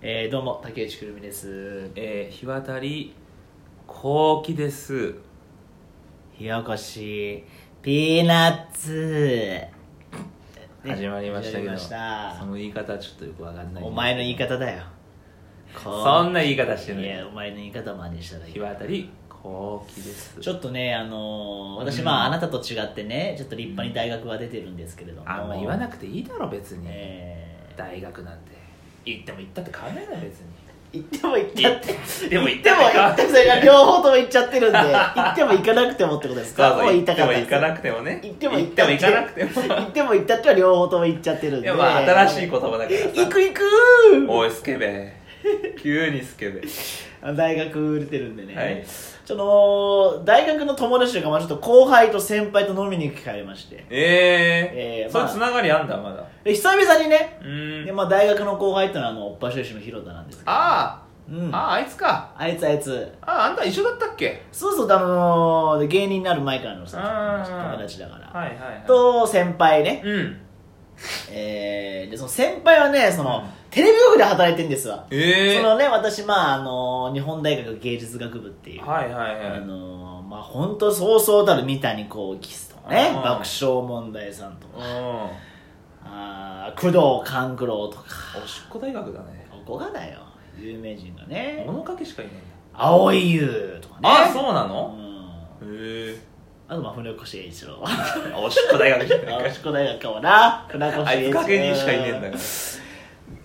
えー、どうも竹内くるみですえー、日渡り後期です火起こしピーナッツ始まりましたけど始まそりまの言い方ちょっとよくわかんしたないお前の言い方だよそんなな言い方してないいやお前の言い方真似したらいい日渡り後期ですちょっとねあのー私うんまああなたと違ってねちょっと立派に大学は出てるんですけれどもあんま言わなくていいだろ別に、えー大学なんて行っても行ったって変わんないだろ別に行っても行ったって行っても行行っっててもも行行っってて それが両方とも行っちゃってるんで行っても行かなくてもってことですかもう言いたかった行でっすても行かなくてもね行っても行行っったてっもて行かなくても行っても行ったっては両方とも行っちゃってるんいでやまあ新しい言葉だから行さく行くおいスケベ 急にスケベあの大学出てるんでね、はいちょっと大学の友達というか、まあ、ちょっと後輩と先輩と飲みに行く機会ありましてえええーそまれあつながりあんだまだで久々にね、うーでんまあ、大学の後輩ってのはあのおっぱしょいしの広田なんですけどあうーん、ああーあいつかいつあいつああんた一緒だったっけそうそうあのーで芸人になる前からのさあー友達だから、はいはいはいと先輩ね、うんえーでその先輩はねその、うんテレビ局で働いてるんですわええそのね私まああの日本大学芸術学部っていう、はいはいはあいのまあ本当そうそうたる三谷幸喜さんとかねうん爆笑問題さんとかうあー工藤官九郎とかんおしっこ大学だねここがだよ有名人がね物書きしかいないんだ蒼井優とかねあそうなのうんへえあとまあ船越英一郎おしっこ大学し かいなあいそこ大学かもな船越あ英いつ一郎影にしかいねえんだから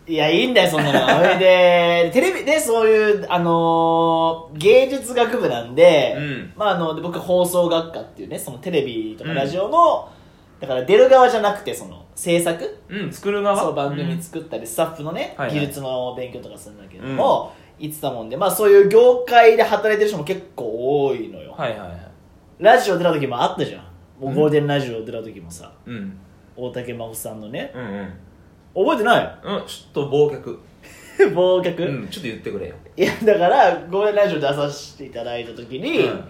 いやいいんだよそんなのそ れでテレビでそういうあのー芸術学部なんで、うんまあ、あので僕放送学科っていうねそのテレビとかうんラジオの、だから出る側じゃなくてその制作うん作る側そう番組作作ったり、スタッフのね、はいはい技術の勉強とかするんだけども、言ってたもんで、まあ、そういう業界で働いてる人も結構多いのよ、はいはいはいラジオ出た時もあったじゃんもううんゴールデンラジオ出た時もさ、うん大竹真帆さんのねうんうん覚えてない うんちょっと忘却忘却、うんちょっと言ってくれよいやだからゴールデンラジオ出させていただいた時に、うん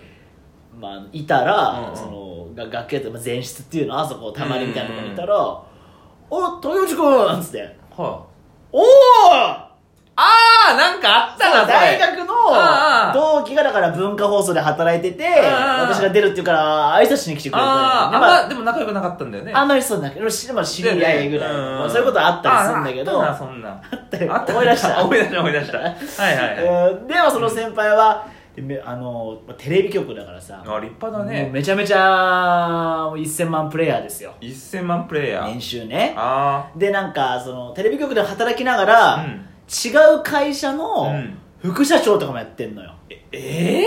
まあ、いたら、うんうんそのが楽屋とか前室っていうのあそこたまりみたいなとこにいたら「おっ竹内君!」なんつっては「おお!」ああーなんかあったなそれ大学ああの同期がだから文化放送で働いててああ私が出るっていうから挨拶しに来てくれたあーあんのよまでも仲良くなかったんだよねでまああんまりそうだけど知まあ知り合いぐらい、まあそういうことあったりするんだけどああったなそんなあったよ思い出した思い出した思い出したはいは いはいうんでもその先輩は、でめあのまあテレビ局だからさ、あ立派だもうねめちゃめちゃもう1000万プレイヤーですよ1000万プレイヤ年ー収ねあでなんかそのテレビ局で働きながら、あうん違う会社のうん副社長とかもやってんのよええ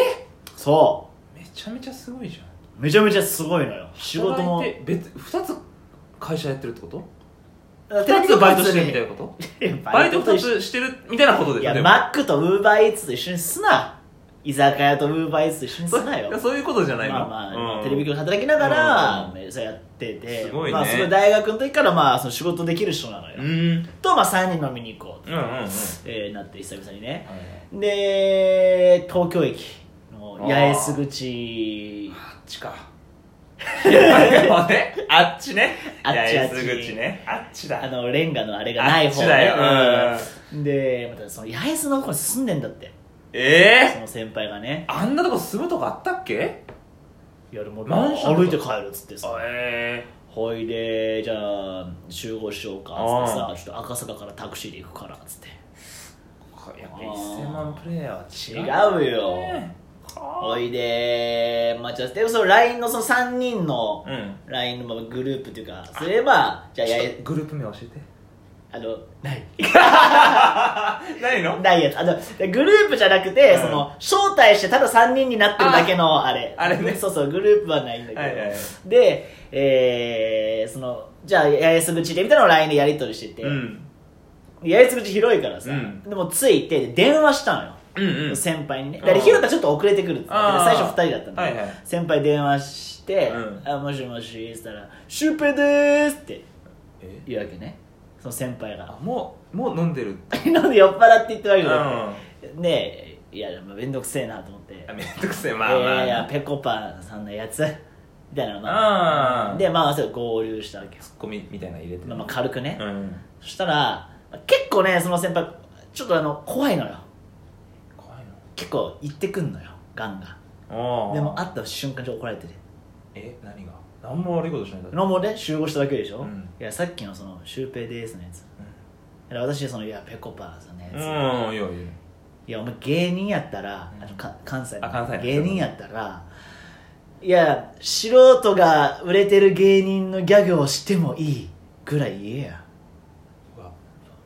そーめちゃめちゃすごいじゃんうめちゃめちゃすごいのよ仕事も働いて別2つ会社やってるってことテ2つバイトしてるみたいなこといなバイトと2一緒つしてるみたいなこといでやマックとウーバーイーツと一緒にすな居酒屋とウーバーイーツと一緒にすなよそうそういうことじゃないのまあまあ、うんテレビ局で働きながら、うんそうやっててすごいねまあ、すごい大学の時から、まあ、その仕事できる人なのよ、うんうんと、まあ、3人飲みに行こうと、うんうんえーなって久々にねはいで東京駅の八重洲口あっちかでもねあっちねあっちあ八重っち洲口ねあっちだあのレンガのあれがない方ねあっちだようんでまたその八重洲のとこに住んでんだってえその先輩がねえあんなとこ住むとこあったっけ夜もマンション歩いて帰るっつってさえほいでじゃあ集合しようかっつってうさちょっと赤坂からタクシーで行くからっつってえやっぱ1000万プレイヤーは違うよほいでまあじゃあでもその LINE のその3人のうん LINE のまあグループっていうかそれはじゃあ八ちょっ重とグループ名教えてあのないないのないやつあのグループじゃなくて、うんその招待してただ3人になってるだけのあれあれねそうそうグループはないんだけど、はいはいはいで、えー、そのじゃあ八重洲口でみたいなのを LINE でやり取りしてて、うん八重洲口広いからさ、うんでも着いて電話したのよ、うんうん先輩にねうんだから広田ちょっと遅れてくるって言ってあーて最初2人だったんだけど、はいはい先輩電話してうんあもしもし」っつったら「シュウペイでーす」ってえ言うわけねその先輩あが もうもう飲んでるなんで酔っ払って言ってるわけうだよ、んあねえいやまあ面倒くせえなと思ってめんどくせ「えいまあまやあいやペコパさんのやつ」 みたいなのうまあんでまあそれ合流したわけよツッコミみたいなの入れてまあまあ軽くね、うんそしたら結構ねその先輩ちょっとあの怖いのよ怖い結構言ってくんのよガンがのああでも会った瞬間に怒られててえ何が何も悪いことしないだのもね集合しただけでしょ、うんいやさっきのそのシュウペイですのやついや私そのいやペコパーさんのやつ、うんいやいやいやお前芸人やったら、うんあのか関西のあ関西の芸人やったらいや素人が売れてる芸人のギャグをしてもいいぐらい言えやうわ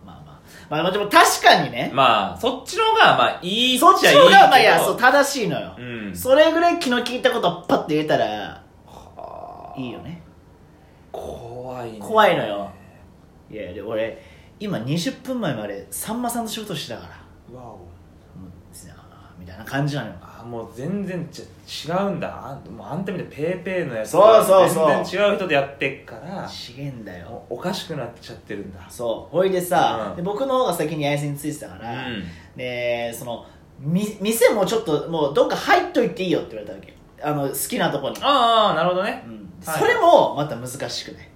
まあまあまあまあでも確かにね、まあそっちの方がまあいいっちそゃいっちいのけ方どがまあいやそう正しいのよ、うんそれぐらい気の利いたことをパッと言えたらはあいいよね怖いね怖いのよいやで俺今20分前までさんまさんと仕事してたからうわおもうあーみたいな感じなのよあもう全然ち違うんだあもうあんたみたいにペーペーのやつそうそうそう全然違う人でやってっから違えんだよもうおかしくなっちゃってるんだそうほいでさ、うんで僕の方が先にあやせについてたかうら、んでそのみ店もちょっともうどっか入っといていいよって言われたわけあの好きなとこに、ああなるほどねうんはいそれもまた難しくない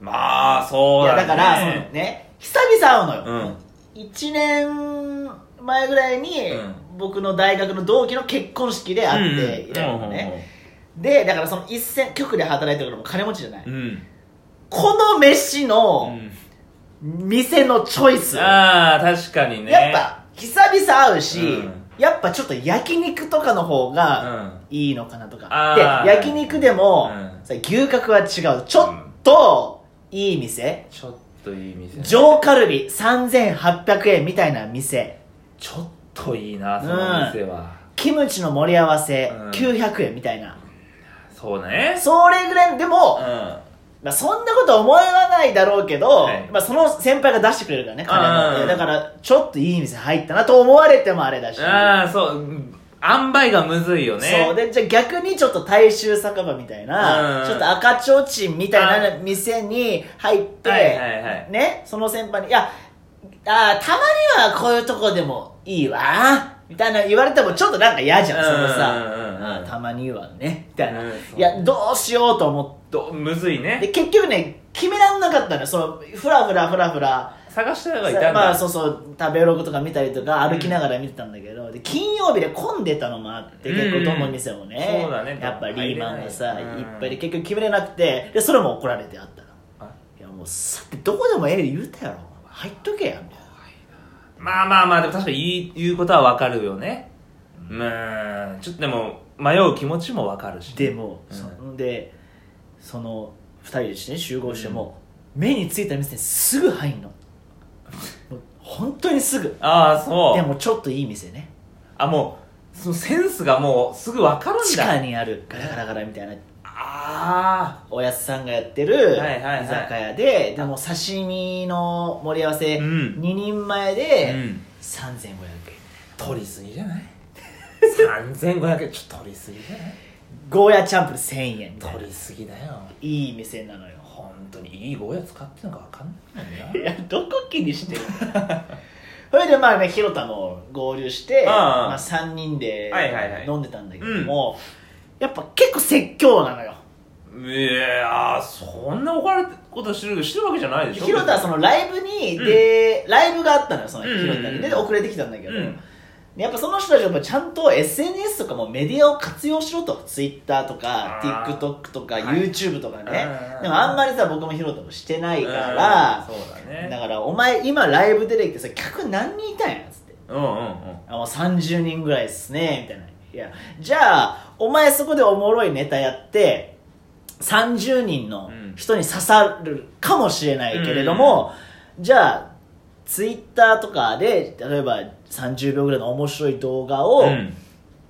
まあそういやだ,、ね、だからそのね久々会うのよ、うん1年前ぐらいに、うん僕の大学の同期の結婚式で会って以来のね、でだからその一線局で働いてるからも金持ちじゃない、うんうんこの飯うん、の店のチョイス、ああ確かにねやっぱ久々会うし、うんやっぱちょっと焼肉とかの方がうんいいのかなとあかーで焼肉でも、うんさ牛角は違うちょっといい店、ちょっといい店上カルビ3800円みたいな店ちょっといいなその店は、キムチの盛り合わせうん900円みたいな、そうねそれぐらいでも、うんまあ、そんなこと思わないだろうけど、はいまあ、その先輩が出してくれるからね金うもんいやだからちょっといい店入ったなと思われてもあれだしああそううん塩梅がむずいよねそうでじゃあ逆にちょっと大衆酒場みたいな、うんちょっと赤ちょうちんみたいな店に入って、はいはいはいね、その先輩に「いやあーたまにはこういうとこでもいいわ」みたいな言われてもちょっとなんか嫌じゃん、そのさ、うんうんうんうんあーたまにはね」みたいな、うんいそうやどうしようと思どむずいってでね結局ね決めらんなかったのよそのふらふらふらふら探してたがいたんだまあそうそう食べログとか見たりとか歩きながら見てたんだけど、で金曜日で混んでたのもあってうん結構どの店もね,、そうだねやっぱリーマンがさ入いれないっぱいで結局決めれなくてでそれも怒られてあったのあいやもうさってどこでもええ言うたやろ入っとけやみたいなまあまあまあでも確かに言い言うことはわかるよねうーんちょっとでも迷う気持ちもわかるしでも、うんそんでその2人でしてね集合しても、目についた店にすぐ入んのもう本当にすぐああそうでもちょっといい店ねあもうそのセンスがもうすぐわかるんだ地下にあるガラガラガラみたいなあおやつさんがやってる居はいはいはい酒屋ででも刺身の盛り合わせうん2人前あでうん3500円取りすぎじゃ ない3500円ちょっと取りすぎじゃないゴーヤチャンプル1000円みたいな取りすぎだよいい店なのよ本当にいいゴーヤ使ってんのかわかんないいんだやどこ気にしてる それでまあね広田も合流して、ああまあ、3人ではいはいはい飲んでたんだけども、やっぱ結構説教なのよいやーそんな怒られることしてるしてるわけじゃないでしょ広田はそのライブにで、ライブがあったのよそのうん広田にで遅れてきたんだけど、うんやっぱその人たちはやっぱちゃんと SNS とかもメディアを活用しろと Twitter とかあー TikTok とかはい YouTube とかねうんでもあんまりさ僕も広田もしてないかうんらそうだねだからお前今ライブ出てきてさ客何人いたんやつってうんうんうんあもう30人ぐらいっすねみたいないやじゃあお前そこでおもろいネタやって30人の人に刺さるかもしれないけれども、じゃあツイッターとかで例えば30秒ぐらいの面白い動画をうん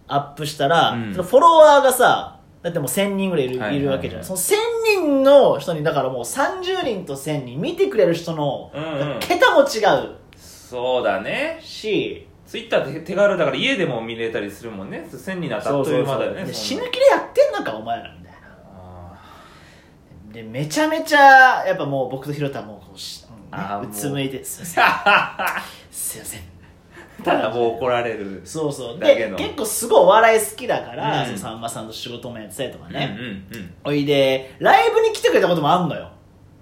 アップしたら、うんそのフォロワーがさだってもう1000人ぐらいいる,、はいいはいはいるわけじゃないその1000人の人にだからもう30人と1000人見てくれる人のうんうん桁も違うそうだねし、ツイッターって手軽だから家でも見れたりするもんね1000人なったらあっという間だよねでそ死んなぬ気でやってんのかお前らみたいなあでめちゃめちゃやっぱもう僕とひろたもこうし、うんねあうーつむいてすいませんーすいませんただもう怒られるそうそうだけでど結構すごいお笑い好きだから、うんそのさんまさんと仕事もやってたりとかねね、おいでライブに来てくれたこともあんのよ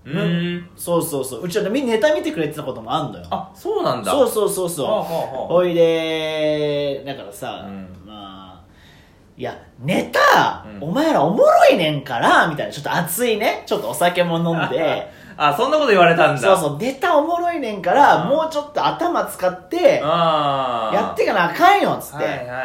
うーんそうそうそううちはねみネタ見てくれてたこともあんのよあそうなんだそううそうそうそうはあはあはあほいでだからさ、うんまあいやネタ、うんお前らおもろいねんからみたいなちょっと熱いねちょっとお酒も飲んで あそんなこと言われたんだそうそうネタおもろいねんから、うんもうちょっと頭使ってああやってかなあかんよっつって、はいはいはいはい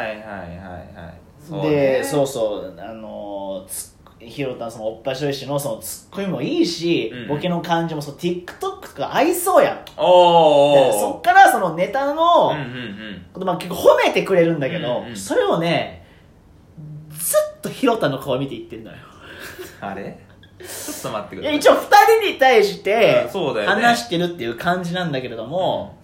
はいでそううそうあのーつひろたんそのおっぱしょいしのそのツッコミもいいし、うんボケの感じもそう TikTok が合いそうやんねおでーそっからそのネタの、うんうんうんまあ、結構褒めてくれるんだけど、うんうんそれをねずっとひろたの顔見て言ってんのよあれちょっと待ってくいだやさい一応2人に対してうんそうだよね話してるっていう感じなんだけれども、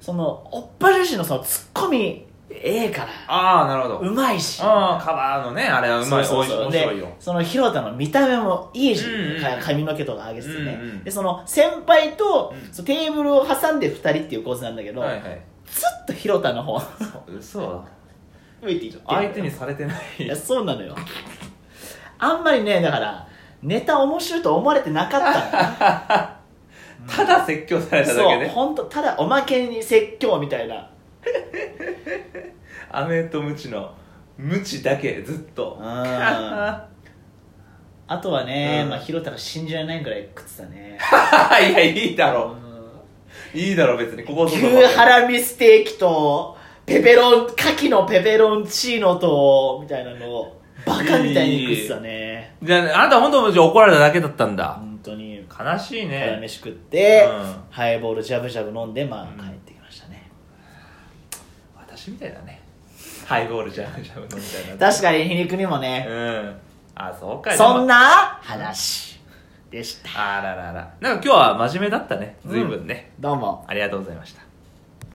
そのおっぱ女子のそのツッコミええからああなるほどうまいしああカバーのねあれはうまいそうそうそう面白いよでその広田の見た目もいいし、うんうんか髪の毛とか上げててね、うんうんでその先輩と、うんそのテーブルを挟んで2人っていう構図なんだけど、はいはいずっと広田の方 嘘向いていってる相手にされてないいやそうなのよあんまりねだからネタ面白いと思われてなかっ た ただ説教されのただけそうで本当ただおまけに説教みたいなアメとムチのムチだけずっとうん あとはね、うんまあ広田が信じられないぐらい食ってたねいやいいだうろんいいだろ別にここ牛そこ ハラミステーキとペペロン牡蠣のペペロンチーノとみたいなのをバカみたいに食ってたねじゃああなた本当に怒られただけだったんだ本当に悲し辛いいね飯食って、うんハイボールジャブジャブ飲んでまあ帰ってきましたね、私みたいだねハイボール ジャムジャム飲みたいな確かに皮肉にもね、うんあそうかいそんなな話でしたあらららなんか今日は真面目だったね随分ね、どうもありがとうございました